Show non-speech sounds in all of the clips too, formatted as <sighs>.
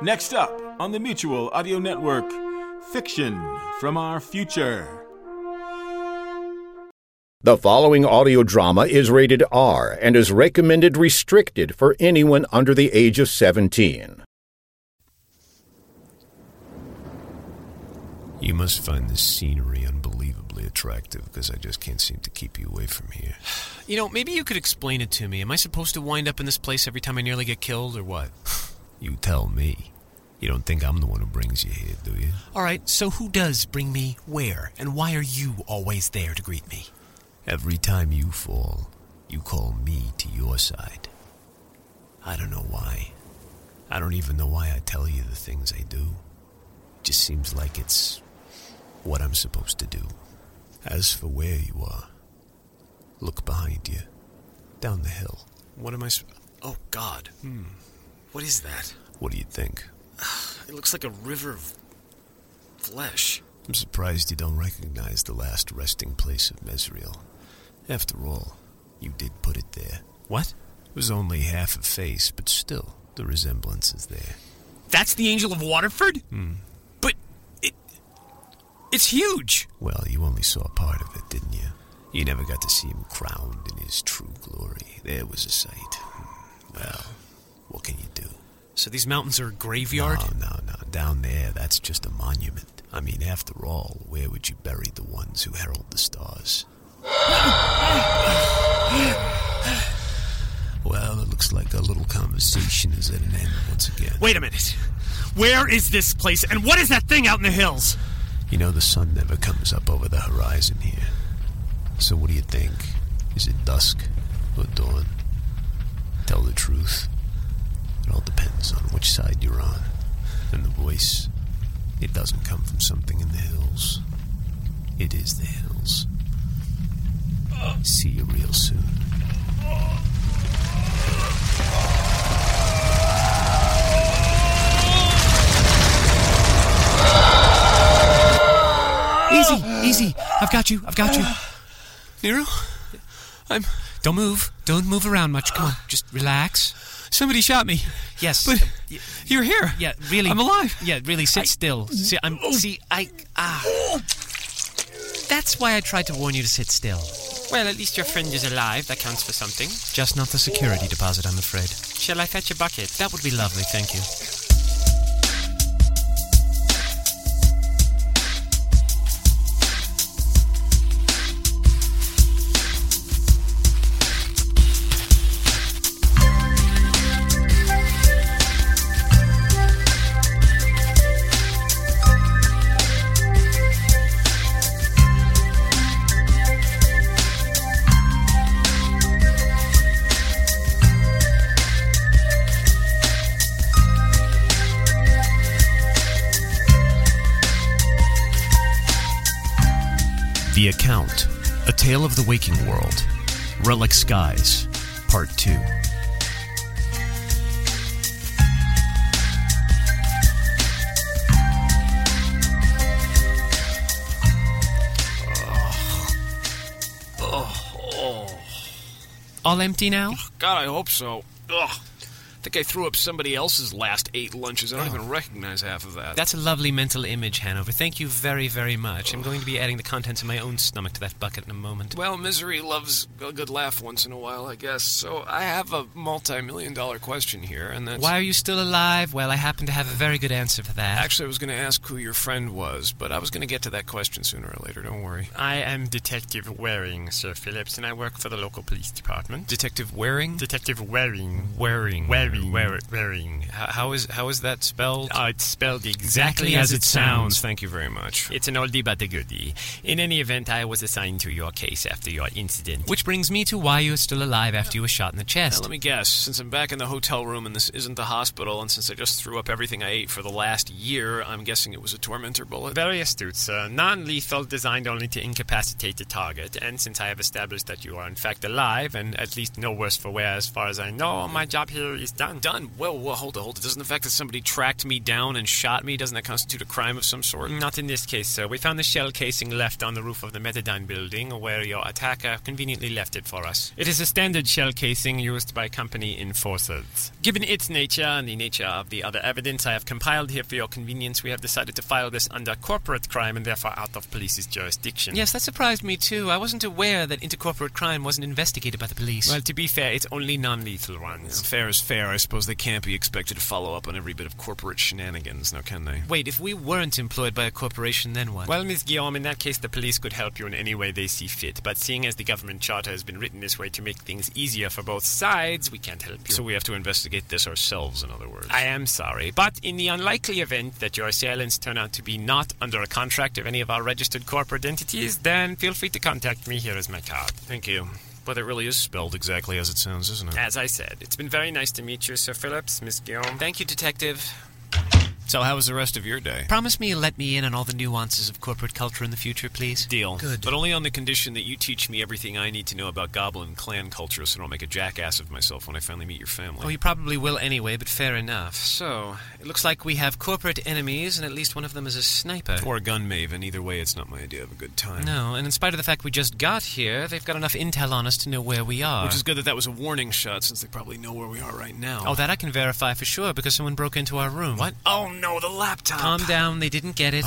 Next up on the Mutual Audio Network, fiction from our future. The following audio drama is rated R and is recommended restricted for anyone under the age of 17. You must find this scenery unbelievably attractive because I just can't seem to keep you away from here. You know, maybe you could explain it to me. Am I supposed to wind up in this place every time I nearly get killed or what? <sighs> You tell me. You don't think I'm the one who brings you here, do you? All right, so who does bring me where and why are you always there to greet me? Every time you fall, you call me to your side. I don't know why. I don't even know why I tell you the things I do. Just seems like it's what I'm supposed to do. As for where you are, look behind you, down the hill. What am I. Sp- oh, God. Hmm. What is that? What do you think? It looks like a river of flesh. I'm surprised you don't recognize the last resting place of Mesriel. After all, you did put it there. What? It was only half a face, but still, the resemblance is there. That's the Angel of Waterford? But it. It's huge! Well, you only saw part of it, didn't you? You never got to see him crowned in his true glory. There was a sight. Hmm. Well, what can you do? So these mountains are a graveyard? No, no, no. Down there, that's just a monument. I mean, after all, where would you bury the ones who herald the <sighs> stars? well, it looks like our little conversation is at an end once again. Wait a minute. Where is this place and what is that thing out in the hills? You know, the sun never comes up over the horizon here. So what do you think? Is it dusk or dawn? Tell the truth. It all depends on which side you're on. And the voice, it doesn't come from something in the hills. It is the hills. See you real soon. Easy, easy. I've got you. I've got you. Nero, I'm. Don't move. Don't move around much. Come on. Just relax. Somebody shot me. Yes. But you're here. Yeah, really. I'm alive. Oh. Yeah, really. Sit still. See, I'm. See, I. Ah. That's why I tried to warn you to sit still. Well, at least your friend is alive. That counts for something. Just not the security deposit, I'm afraid. Shall I fetch a bucket? That would be lovely, thank you. The Account A Tale of the Waking World, Relic Skies, Part 2. All empty now? God, I hope so. Ugh. I think I threw up somebody else's last eight lunches. I don't even recognize half of that. That's a lovely mental image, Hanover. Thank you very, very much. I'm going to be adding the contents of my own stomach to that bucket in a moment. well, misery loves a good laugh once in a while, I guess. So I have a multi-million dollar question here, and that's Why are you still alive? Well, I happen to have a very good answer for that. actually I was going to ask who your friend was, but I was going to get to that question sooner or later. Don't worry. I am Detective Waring, Sir Phillips, and I work for the local police department. Detective Waring? Detective Waring. Waring. Waring. wearing. Wear, wearing. How, how is how is that spelled? Uh, it's spelled exactly as it sounds. Thank you very much. It's an oldie but a goodie. In any event, I was assigned to your case after your incident. Which brings me to why you're still alive after you were shot in the Now, chest. let me guess. Since I'm back in the hotel room and this isn't the hospital, and since I just threw up everything I ate for the last year, I'm guessing it was a tormentor bullet. Very astute, sir. Non-lethal, designed only to incapacitate the target. And since I have established that you are in fact alive and at least no worse for wear, as far as I know, my job here is done. Done. Whoa, whoa, hold it, hold it. Doesn't the fact that somebody tracked me down and shot me, doesn't that constitute a crime of some sort? Not in this case, sir. We found the shell casing left on the roof of the Metadine building, where your attacker conveniently left it for us. It is a standard shell casing used by company enforcers. Given its nature and the nature of the other evidence I have compiled here for your convenience, we have decided to file this under corporate crime and therefore out of police's jurisdiction. Yes, that surprised me too. I wasn't aware that intercorporate crime wasn't investigated by the police. Well, to be fair, it's only non-lethal ones. Fair is fair. I suppose they can't be expected to follow up on every bit of corporate shenanigans, now can they? wait, if we weren't employed by a corporation, then what? Well, Miss Guillaume, in that case, the police could help you in any way they see fit. But seeing as the government charter has been written this way to make things easier for both sides, we can't help you. So we have to investigate this ourselves, in other words. I am sorry, but in the unlikely event that your assailants turn out to be not under a contract of any of our registered corporate entities, then feel free to contact me. Here is my card. Thank you. But it really is spelled exactly as it sounds, isn't it? As I said, it's been very nice to meet you, Sir Phillips, Miss Guillaume. Thank you, Detective. So, how was the rest of your day? Promise me you'll let me in on all the nuances of corporate culture in the future, please. Deal. Good. But only on the condition that you teach me everything I need to know about goblin clan culture so I don't make a jackass of myself when I finally meet your family. Oh, you probably will anyway, but fair enough. So, it looks like we have corporate enemies, and at least one of them is a sniper. Or a gun maven. Either way, it's not my idea of a good time. No, and in spite of the fact we just got here, they've got enough intel on us to know where we are. Which is good that that was a warning shot since they probably know where we are right now. Oh, that I can verify for sure because someone broke into our room. What? Oh. Oh no, the laptop. Calm down, they didn't get it.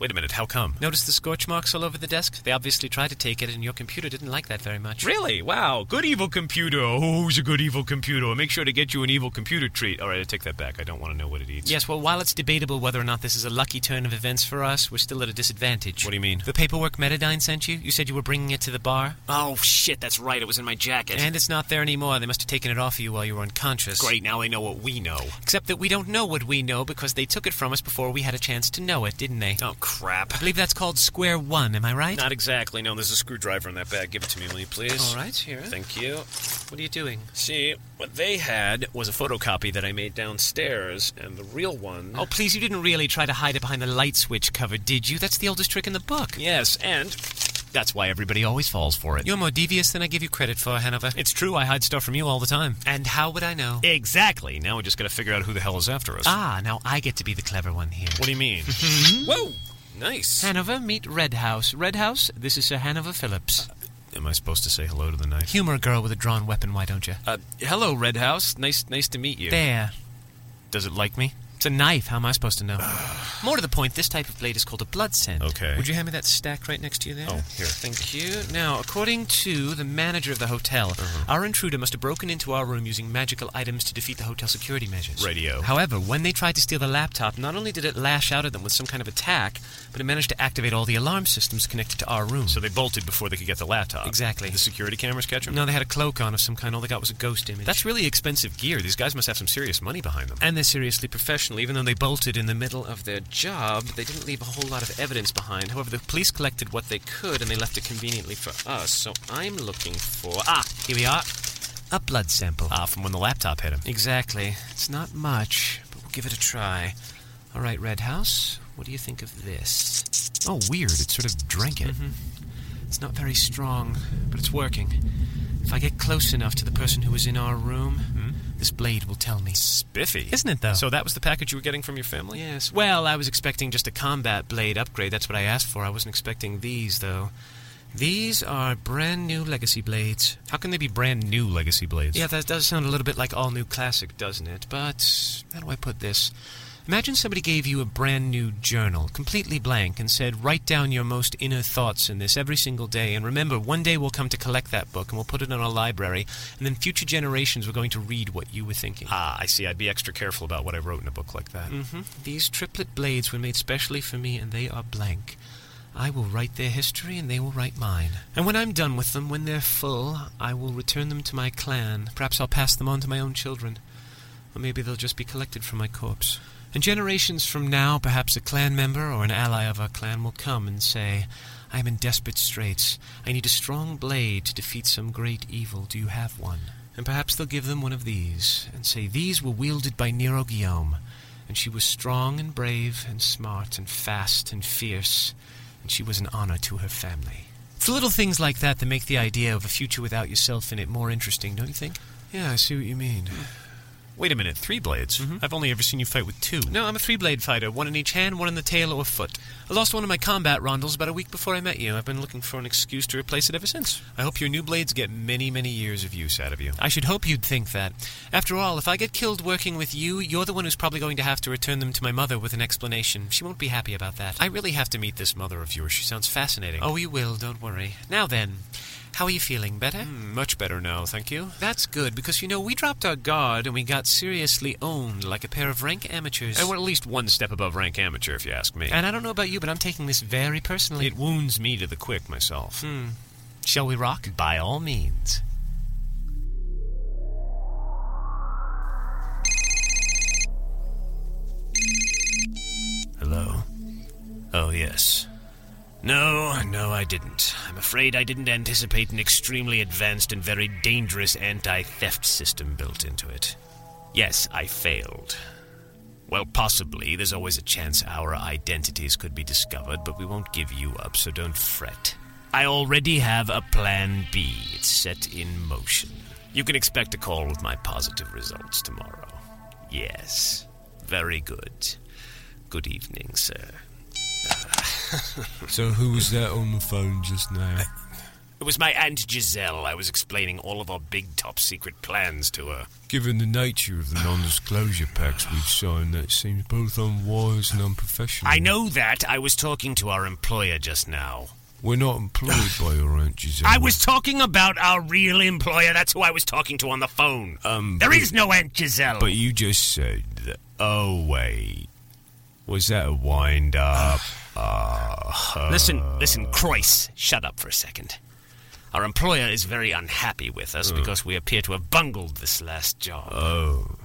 Wait a minute, how come? Notice the scorch marks all over the desk? They obviously tried to take it, and your computer didn't like that very much. Really? Wow. Good evil computer. Who's a good evil computer? Make sure to get you an evil computer treat. All right, I take that back. I don't want to know what it eats. Yes, well, while it's debatable whether or not this is a lucky turn of events for us, we're still at a disadvantage. What do you mean? The paperwork Metadine sent you? You said you were bringing it to the bar? Oh shit, that's right. It was in my jacket. And it's not there anymore. They must have taken it off of you while you were unconscious. Great, now I know what we know. Except that we don't know what we know because they took it from us before we had a chance to know it, didn't they? Oh crap. I believe that's called square one, am I right? Not exactly. No, there's a screwdriver in that bag. Give it to me, will you, please? All right, here. Thank you. What are you doing? See, what they had was a photocopy that I made downstairs, and the real one. Oh, please, you didn't really try to hide it behind the light switch cover, did you? That's the oldest trick in the book. yes, and that's why everybody always falls for it. You're more devious than I give you credit for, Hanover. It's true, I hide stuff from you all the time. And how would I know? Exactly. Now we just got to figure out who the hell is after us. Ah, now I get to be the clever one here. What do you mean? Whoa! Nice. Hanover, meet Red House. Red House, this is Sir Hanover Phillips. Am I supposed to say hello to the knife? Humor a girl with a drawn weapon, why don't you? Uh, hello, Red House. Nice, nice to meet you. There. Does it like me? It's a knife. How am I supposed to know? More to the point, this type of blade is called a blood scent. Okay. Would you hand me that stack right next to you there? Oh, here. Thank you. Now, according to the manager of the hotel, Uh-huh. our intruder must have broken into our room using magical items to defeat the hotel security measures. Radio. However, when they tried to steal the laptop, not only did it lash out at them with some kind of attack, but it managed to activate all the alarm systems connected to our room. So they bolted before they could get the laptop. Exactly. Did the security cameras catch them? no, they had a cloak on of some kind. All they got was a ghost image. That's really expensive gear. These guys must have some serious money behind them. And they're seriously professional. Even though they bolted in the middle of their job, they didn't leave a whole lot of evidence behind. However, the police collected what they could and they left it conveniently for us. So I'm looking for. Ah, here we are. A blood sample. Ah, from when the laptop hit him. Exactly. It's not much, but we'll give it a try. All right, Red House, what do you think of this? Mm-hmm. Oh, weird. It sort of drank it. It's not very strong, but it's working. If I get close enough to the person who was in our room, this blade will tell me. Hmm? Spiffy. Isn't it, though? So that was the package you were getting from your family? Yes. Well, I was expecting just a combat blade upgrade. That's what I asked for. I wasn't expecting these, though. These are brand new legacy blades. How can they be brand new legacy blades? Yeah, that does sound a little bit like all new classic, doesn't it? But how do I put this? Imagine somebody gave you a brand new journal, completely blank, and said, Write down your most inner thoughts in this every single day. And remember, one day we'll come to collect that book and we'll put it in our library. And then future generations were going to read what you were thinking. Ah, I see. I'd be extra careful about what I wrote in a book like that. hmm These triplet blades were made specially for me, and they are blank. I will write their history, and they will write mine. And when I'm done with them, when they're full, I will return them to my clan. Perhaps I'll pass them on to my own children. Or maybe they'll just be collected from my corpse. And generations from now, perhaps a clan member or an ally of our clan will come and say, I am in desperate straits. I need a strong blade to defeat some great evil. Do you have one? And perhaps they'll give them one of these, and say, These were wielded by Nero Guillaume, and she was strong and brave and smart and fast and fierce, and she was an honor to her family. It's little things like that that make the idea of a future without yourself in it more interesting, don't you think? Yeah, I see what you mean. Wait a minute, three blades? I've only ever seen you fight with two. Mm-hmm. No, I'm a three blade fighter, one in each hand, one in the tail or foot. I lost one of my combat rondels about a week before I met you. I've been looking for an excuse to replace it ever since. I hope your new blades get many, many years of use out of you. I should hope you'd think that. After all, if I get killed working with you, you're the one who's probably going to have to return them to my mother with an explanation. She won't be happy about that. I really have to meet this mother of yours. She sounds fascinating. Oh, you will, don't worry. Now then. How are you feeling? Better? Hmm, much better now, thank you. That's good, because you know, we dropped our guard and we got seriously owned like a pair of rank amateurs. And we're at least one step above rank amateur, if you ask me. And I don't know about you, but I'm taking this very personally. Hmm. it wounds me to the quick myself. Shall we rock? By all means. Hello? Oh, yes. No, no, I didn't. I'm afraid I didn't anticipate an extremely advanced and very dangerous anti theft system built into it. Yes, I failed. Well, possibly. There's always a chance our identities could be discovered, but we won't give you up, so don't fret. I already have a plan B. It's set in motion. You can expect a call with my positive results tomorrow. Yes. Very good. Good evening, sir. So who was that on the phone just now? It was my Aunt Giselle. I was explaining all of our big top secret plans to her. Given the nature of the non-disclosure pacts we've signed, that seems both unwise and unprofessional. I know that. I was talking to our employer just now. We're not employed by your Aunt Giselle. I was talking about our real employer. That's who I was talking to on the phone. Um, there but- is no Aunt Giselle. But you just said that. Oh, wait. Was that a wind <sighs> up? Listen, listen, Croyce, shut up for a second. Our employer is very unhappy with us because we appear to have bungled this last job. Uh. Oh.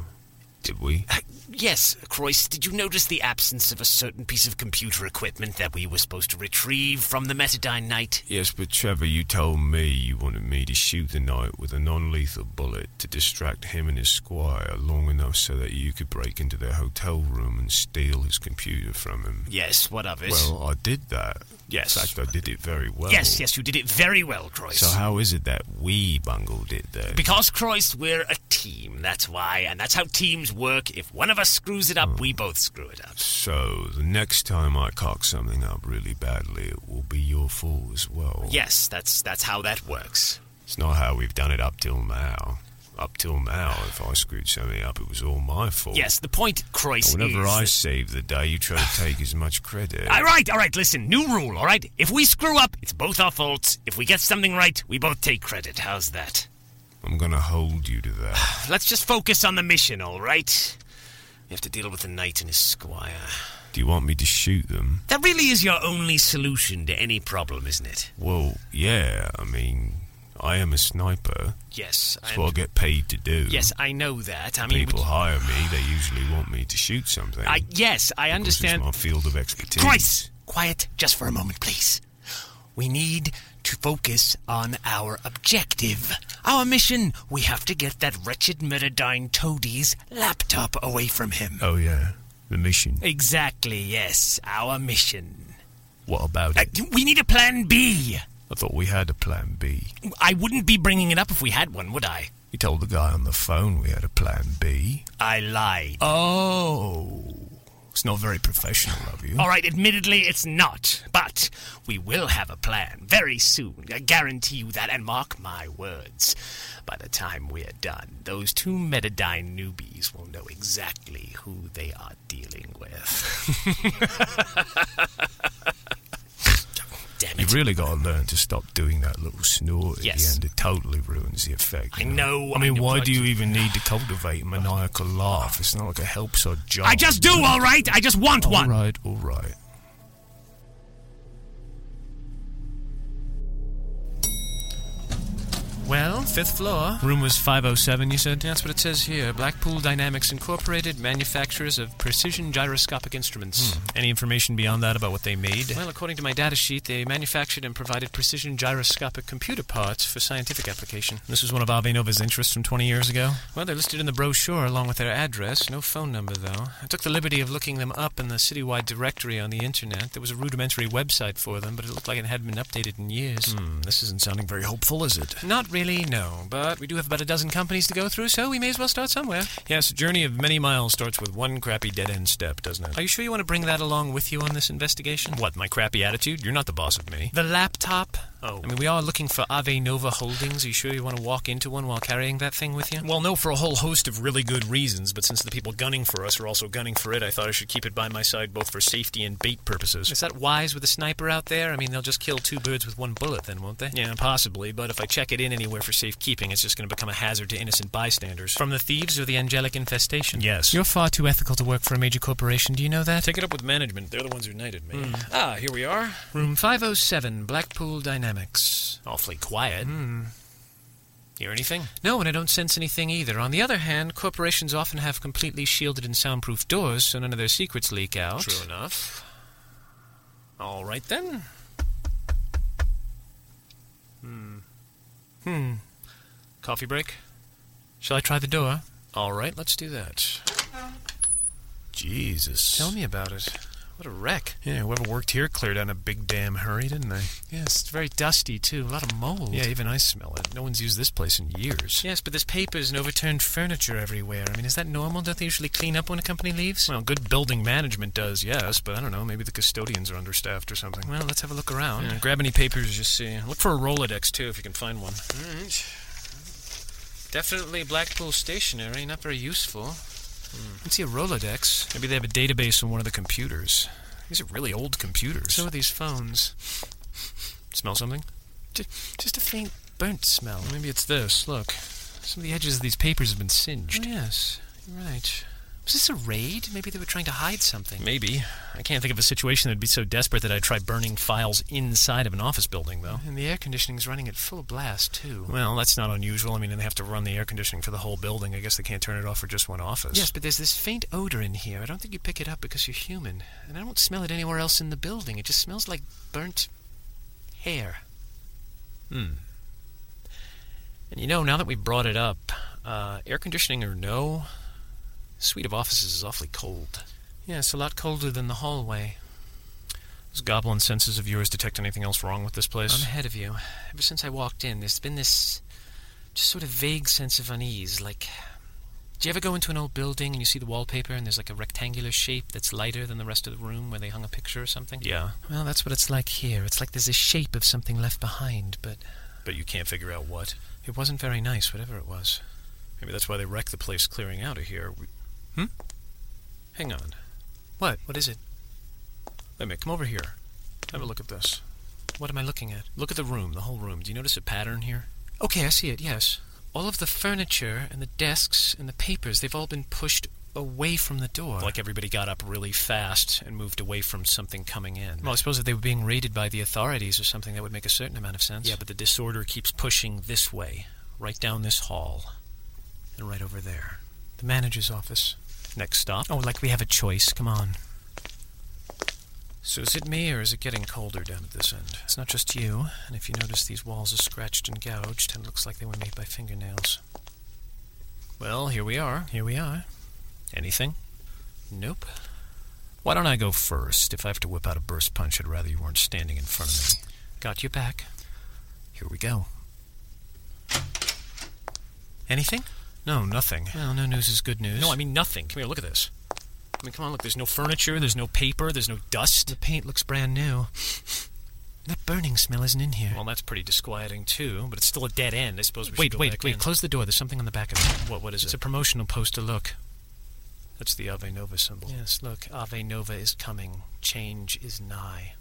Did we? Yes, Croyce, did you notice the absence of a certain piece of computer equipment that we were supposed to retrieve from the Metadine Knight? Yes, but Trevor, you told me you wanted me to shoot the knight with a non lethal bullet to distract him and his squire long enough so that you could break into their hotel room and steal his computer from him. Yes, what of it? Well, I did that. Yes. In fact, I did it very well. yes, yes, you did it very well, Croyce. So how is it that we bungled it then? because, Croyce, we're a team, that's why, and that's how teams work. If one of us screws it up, we both screw it up. so the next time I cock something up really badly, it will be your fault as well. Yes, that's that's how that works. It's not how we've done it up till now. Up till now, if I screwed something up, it was all my Oh. fault. Yes, the point, Croyce, Whenever is... I save the day, you try to <sighs> take as much credit. All right, all right, listen, new rule, all right? If we screw up, it's both our faults. If we get something right, we both take credit. How's that? I'm gonna hold you to that. Let's just focus on the mission, all right? We have to deal with the knight and his squire. Do you want me to shoot them? That really is your only solution to any problem, isn't it? Well, yeah. I mean, I am a sniper. Yes, That's what I get paid to do. yes, I know that. I mean, People hire me. They usually want me to shoot something. I yes, I Because it's understand. my field of expertise. Christ, quiet, just for a moment, please. We need to focus on our objective, our mission. We have to get that wretched Metadine Toadie's laptop away from him. Oh yeah, the mission. Exactly. Yes, our mission. What about Uh, it? we need a plan B. I thought we had a plan B. I wouldn't be bringing it up if we had one, would I? You told the guy on the phone we had a plan B. I lied. Oh, it's not very professional of you. All right, admittedly, it's not. But we will have a plan very soon. I guarantee you that, and mark my words. By the time we're done, those two Metadine newbies will know exactly who they are dealing with. <laughs> Damn You've it. really got to learn to stop doing that little snort at Yes. the end. It totally ruins the effect. you I know, I mean, I know, why but- do you even need to cultivate a maniacal laugh? It's not like it helps our job. I just do, all right? I just want All one. right, all right. Well, fifth floor. Room was 507, you said? That's what it says here. Blackpool Dynamics Incorporated, manufacturers of precision gyroscopic instruments. Any information beyond that about what they made? Hmm. Well, according to my data sheet, they manufactured and provided precision gyroscopic computer parts for scientific application. This was one of Abe Nova's interests from 20 years ago. Well, they're listed in the brochure along with their address. No phone number, though. I took the liberty of looking them up in the citywide directory on the internet. There was a rudimentary website for them, but it looked like it hadn't been updated in years. Hmm, this isn't sounding very hopeful, is it? Not really, no. But we do have about a dozen companies to go through, so we may as well start somewhere. Yes, a journey of many miles starts with one crappy dead end step, doesn't it? Are you sure you want to bring that along with you on this investigation? What, my crappy attitude? You're not the boss of me. The laptop? Oh. I mean, we are looking for Ave Nova Holdings. Are you sure you want to walk into one while carrying that thing with you? Well, no, for a whole host of really good reasons, but since the people gunning for us are also gunning for it, I thought I should keep it by my side both for safety and bait purposes. Is that wise with a sniper out there? I mean, they'll just kill two birds with one bullet, then, won't they? Yeah, possibly, but if I check it in anywhere for safekeeping, it's just going to become a hazard to innocent bystanders. From the thieves or the angelic infestation? Yes. You're far too ethical to work for a major corporation. Do you know that? Hmm. Take it up with management. They're the ones who knighted me. Ah, here we are. Room 507, Blackpool Dynamics. Hmm. Awfully quiet. Hear anything? No, and I don't sense anything either. On the other hand, corporations often have completely shielded and soundproof doors, so none of their secrets leak out. True enough. All right then. Hmm. Coffee break? Shall I try the door? All right, let's do that. Jesus. Tell me about it. What a wreck. Yeah, whoever worked here cleared out in a big damn hurry, didn't they? Yes, it's very dusty, too. A lot of mold. Yeah, even I smell it. No one's used this place in years. Yes, but there's papers and overturned furniture everywhere. I mean, is that normal? Don't they usually clean up when a company leaves? Well, good building management does, yes, but I don't know. Maybe the custodians are understaffed or something. Well, let's have a look around. Yeah, grab any papers you see. Look for a Rolodex, too, if you can find one. Definitely Blackpool stationery, not very useful. Hmm. Let's see a Rolodex. Maybe they have a database on one of the computers. These are really old computers. So are these phones. Smell something? Just, just a faint burnt smell. Maybe it's this. Look. Some of the edges of these papers have been singed. Oh, Yes, you're right. Was this a raid? Maybe they were trying to hide something. Maybe. I can't think of a situation that'd be so desperate that I'd try burning files inside of an office building, though. And the air conditioning's running at full blast, too. Well, that's not unusual. I mean, they have to run the air conditioning for the whole building. I guess they can't turn it off for just one office. Yes, but there's this faint odor in here. I don't think you pick it up because you're human. And I don't smell it anywhere else in the building. It just smells like burnt hair. Hmm. And you know, now that we've brought it up, uh, air conditioning or no, suite of offices is awfully cold. Yes, a lot colder than the hallway. Those goblin senses of yours detect anything else wrong with this place? I'm ahead of you. Ever since I walked in, there's been this just sort of vague sense of unease. Like, do you ever go into an old building and you see the wallpaper and there's like a rectangular shape that's lighter than the rest of the room where they hung a picture or something? yeah, Well, that's what it's like here. It's like there's a shape of something left behind, but but you can't figure out what. it wasn't very nice, whatever it was. Maybe that's why they wrecked the place clearing out of here. We... Hmm? Hang on. What? What is it? Wait a minute. Come over here. Have a look at this. What am I looking at? Look at the room, the whole room. Do you notice a pattern here? Okay, I see it, yes. All of the furniture and the desks and the papers, they've all been pushed away from the door. Like everybody got up really fast and moved away from something coming in. well, I suppose if they were being raided by the authorities or something, that would make a certain amount of sense. yeah, but the disorder keeps pushing this way, right down this hall, and right over there. the manager's office. Next stop. Oh, like we have a choice. Come on. So is it me, or is it getting colder down at this end? It's not just you, and if you notice, these walls are scratched and gouged, and it looks like they were made by fingernails. Well, here we are. Here we are. Anything? Nope. Why don't I go first? If I have to whip out a burst punch, I'd rather you weren't standing in front of me. Got you back. Here we go. Anything? No, nothing. Well, no news is good news. No, I mean nothing. Come here, look at this. I mean, come on, look. There's no furniture. There's no paper. There's no dust. The paint looks brand new. That burning smell isn't in here. Well, that's pretty disquieting too. But it's still a dead end. I suppose we wait, should go wait, back wait. in. Close the door. There's something on the back of it. What? What is It's a it? promotional poster. Look. That's the Ave Nova symbol. Yes, look. Ave Nova is coming. Change is nigh.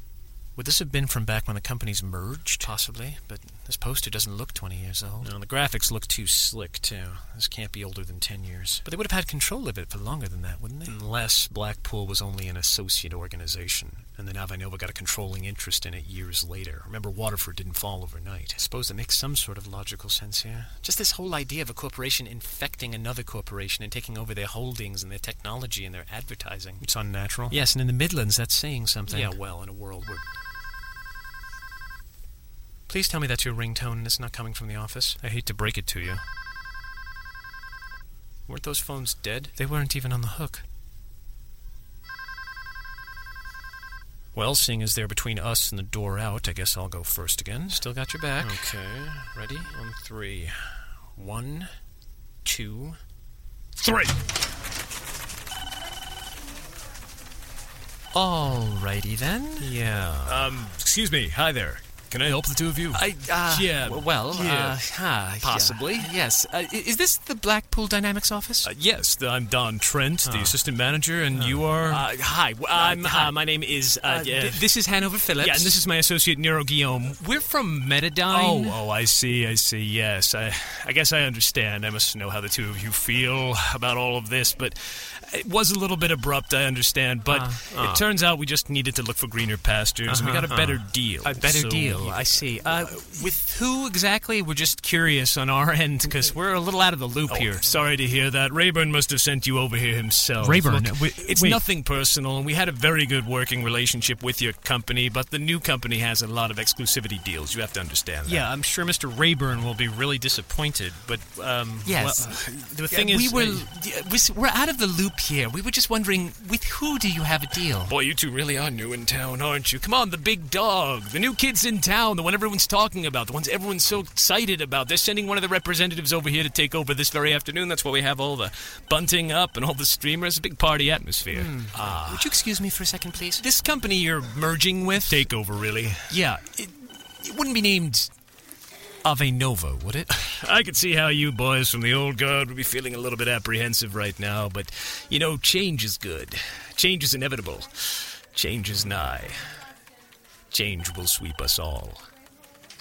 Would this have been from back when the companies merged? Possibly, but this poster doesn't look 20 years old. No, the graphics look too slick, too. This can't be older than 10 years. But they would have had control of it for longer than that, wouldn't they? Unless Blackpool was only an associate organization, and then Avanova got a controlling interest in it years later. Remember, Waterford didn't fall overnight. I suppose that makes some sort of logical sense here. Just this whole idea of a corporation infecting another corporation and taking over their holdings and their technology and their advertising. It's unnatural. Yes, and in the Midlands, that's saying something. Yeah, well, in a world where Please tell me that's your ringtone and it's not coming from the office. I hate to break it to you. Weren't those phones dead? They weren't even on the hook. Well, seeing as they're between us and the door out, I guess I'll go first again. Still got your back. Okay, ready? On three. One, two, three! Alrighty then. Yeah. Um, excuse me. Hi there. Can I help the two of you? I, uh, Yeah, w- Well, yeah. uh, huh, yeah, Possibly. yes. Uh, i- is this the Blackpool Dynamics office? Uh, yes, th- I'm Don Trent, the assistant manager, and you are. Uh, hi. w- I'm, I'm- hi. uh, my name is. Uh, Uh, th- yeah. this is Hanover Phillips. yeah, and this is my associate Nero Guillaume. We're from Metadyne. Oh, oh, I see, I see. Yes, I, I guess I understand. I must know how the two of you feel about all of this, but it was a little bit abrupt. I understand, but Ah, it turns out we just needed to look for greener pastures, and we got a better deal. Uh-huh, A better So- deal. I see. Uh, with who exactly? We're just curious on our end because we're a little out of the loop Oh, here. Sorry to hear that. Rayburn must have sent you over here himself. Rayburn, Look, wi- it's wait. nothing personal, and we had a very good working relationship with your company, but the new company has a lot of exclusivity deals. You have to understand that. Yeah, I'm sure Mr. Rayburn will be really disappointed, but um, Yes. well, the thing we is, uh, were yeah, we- we're out of the loop here. We were just wondering with who do you have a deal? Boy, you two really are new in town, aren't you? Come on, the big dog, the new kids in town, the one everyone's talking about, the ones everyone's so excited about. They're sending one of the representatives over here to take over this very afternoon. That's why we have all the bunting up and all the streamers. A big party atmosphere. Ah. Would you excuse me for a second, please? This company you're merging with? Takeover, really. Yeah, it, it wouldn't be named Avenova, would it? <laughs> I could see how you boys from the old guard would be feeling a little bit apprehensive right now, but you know, change is good. Change is inevitable. Change is nigh. Change will sweep us all.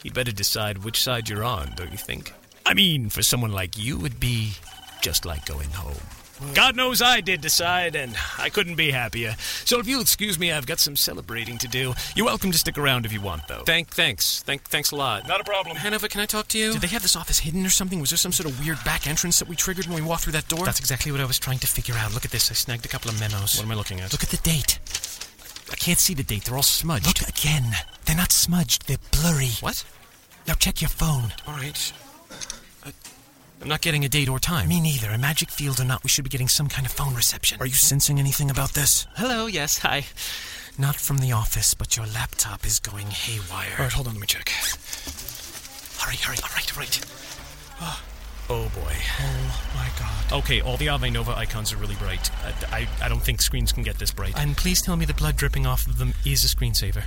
You'd better decide which side you're on, don't you think? I mean, for someone like you, it'd be just like going home. God knows I did decide, and I couldn't be happier. So if you'll excuse me, I've got some celebrating to do. You're welcome to stick around if you want, though. thank, thanks, thank, thanks a lot. Not a problem. Hanover, can I talk to you? Did they have this office hidden or something? Was there some sort of weird back entrance that we triggered when we walked through that door? That's exactly what I was trying to figure out. Look at this. I snagged a couple of memos. What am I looking at? Look at the date. I can't see the date. They're all smudged. Look again. They're not smudged. They're blurry. what? Now check your phone. All right. I- I'm not getting a date or time. Me neither. A magic field or not, we should be getting some kind of phone reception. Are you sensing anything about this? Hello. Yes. Hi. Not from the office, but your laptop is going haywire. All right. Hold on. Let me check. Hurry, hurry. All right, all right. Oh, boy. Oh my God. Okay, all the Ave Nova icons are really bright. I, I, I don't think screens can get this bright. And please tell me the blood dripping off of them is a screensaver.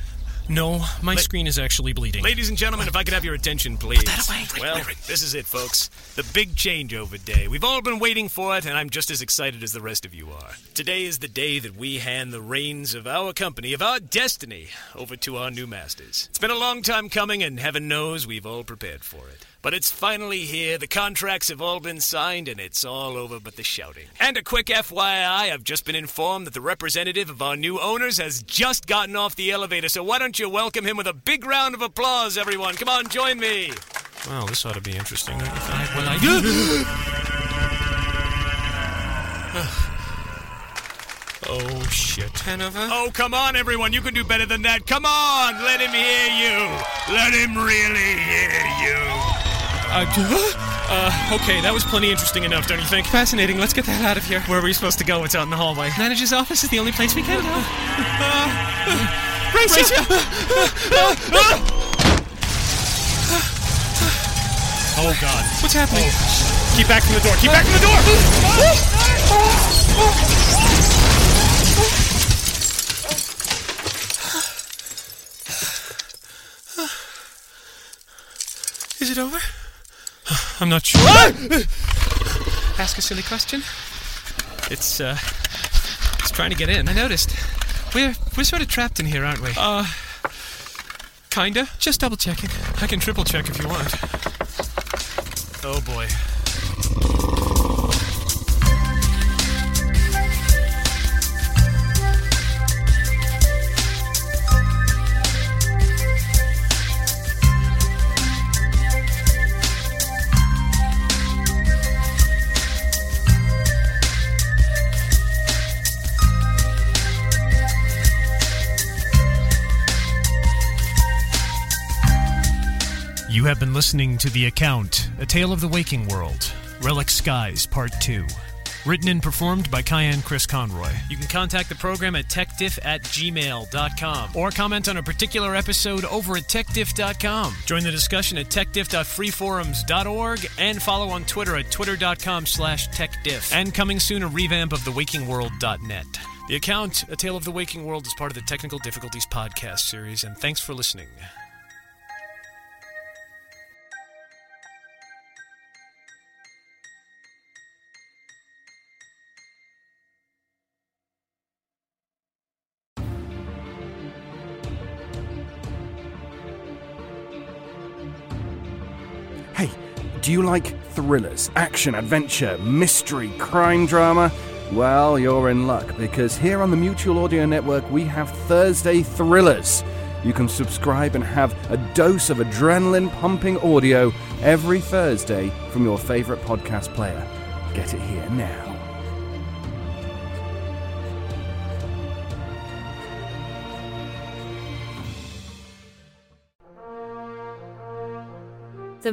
no, My screen is actually bleeding. Ladies and gentlemen, if I could have your attention, please. that away. Right, Well, right, right. this is it, folks. The big changeover day. We've all been waiting for it, and I'm just as excited as the rest of you are. Today is the day that we hand the reins of our company, of our destiny, over to our new masters. It's been a long time coming, and heaven knows we've all prepared for it. But it's finally here. The contracts have all been signed, and it's all over but the shouting. And a quick FYI, I've just been informed that the representative of our new owners has just gotten off the elevator, so why don't you welcome him with a big round of applause, everyone? Come on, join me. Wow, this ought to be interesting. don't you think? I, well, I, <sighs> Oh shit. Hanover. Oh, come on, everyone. You can do better than that. Come on. Let him hear you. Let him really hear you. Uh, uh, okay, that was plenty interesting enough, don't you think? Fascinating. Let's get the hell out of here. Where are we supposed to go? It's out in the hallway. Manager's office is the only place we can go. Race Oh, God. What's happening? Keep back from the door. Keep back from the door. Is it <sighs> over? I'm not sure. Ah! <sighs> Ask a silly question. It's uh, it's trying to get in. I noticed. We're we're sort of trapped in here, aren't we? Uh, Kinda. Just double checking. I can triple check if you want. Oh boy. You have been listening to The Account, A Tale of the Waking World, Relic Skies, Part 2. Written and performed by Kyan Chris Conroy. You can contact the program at techdiff at gmail.com or comment on a particular episode over at techdiff.com. Join the discussion at techdiff.freeforums.org and follow on Twitter at twitter.com slash techdiff. And coming soon, a revamp of theWakingWorld.net. The account, A Tale of the Waking World, is part of the Technical Difficulties podcast series, and thanks for listening. Hey, do you like thrillers, action, adventure, mystery, crime drama? Well, you're in luck because here on the Mutual Audio Network we have Thursday Thrillers. You can subscribe and have a dose of adrenaline pumping audio every Thursday from your favorite podcast player. Get it here now. The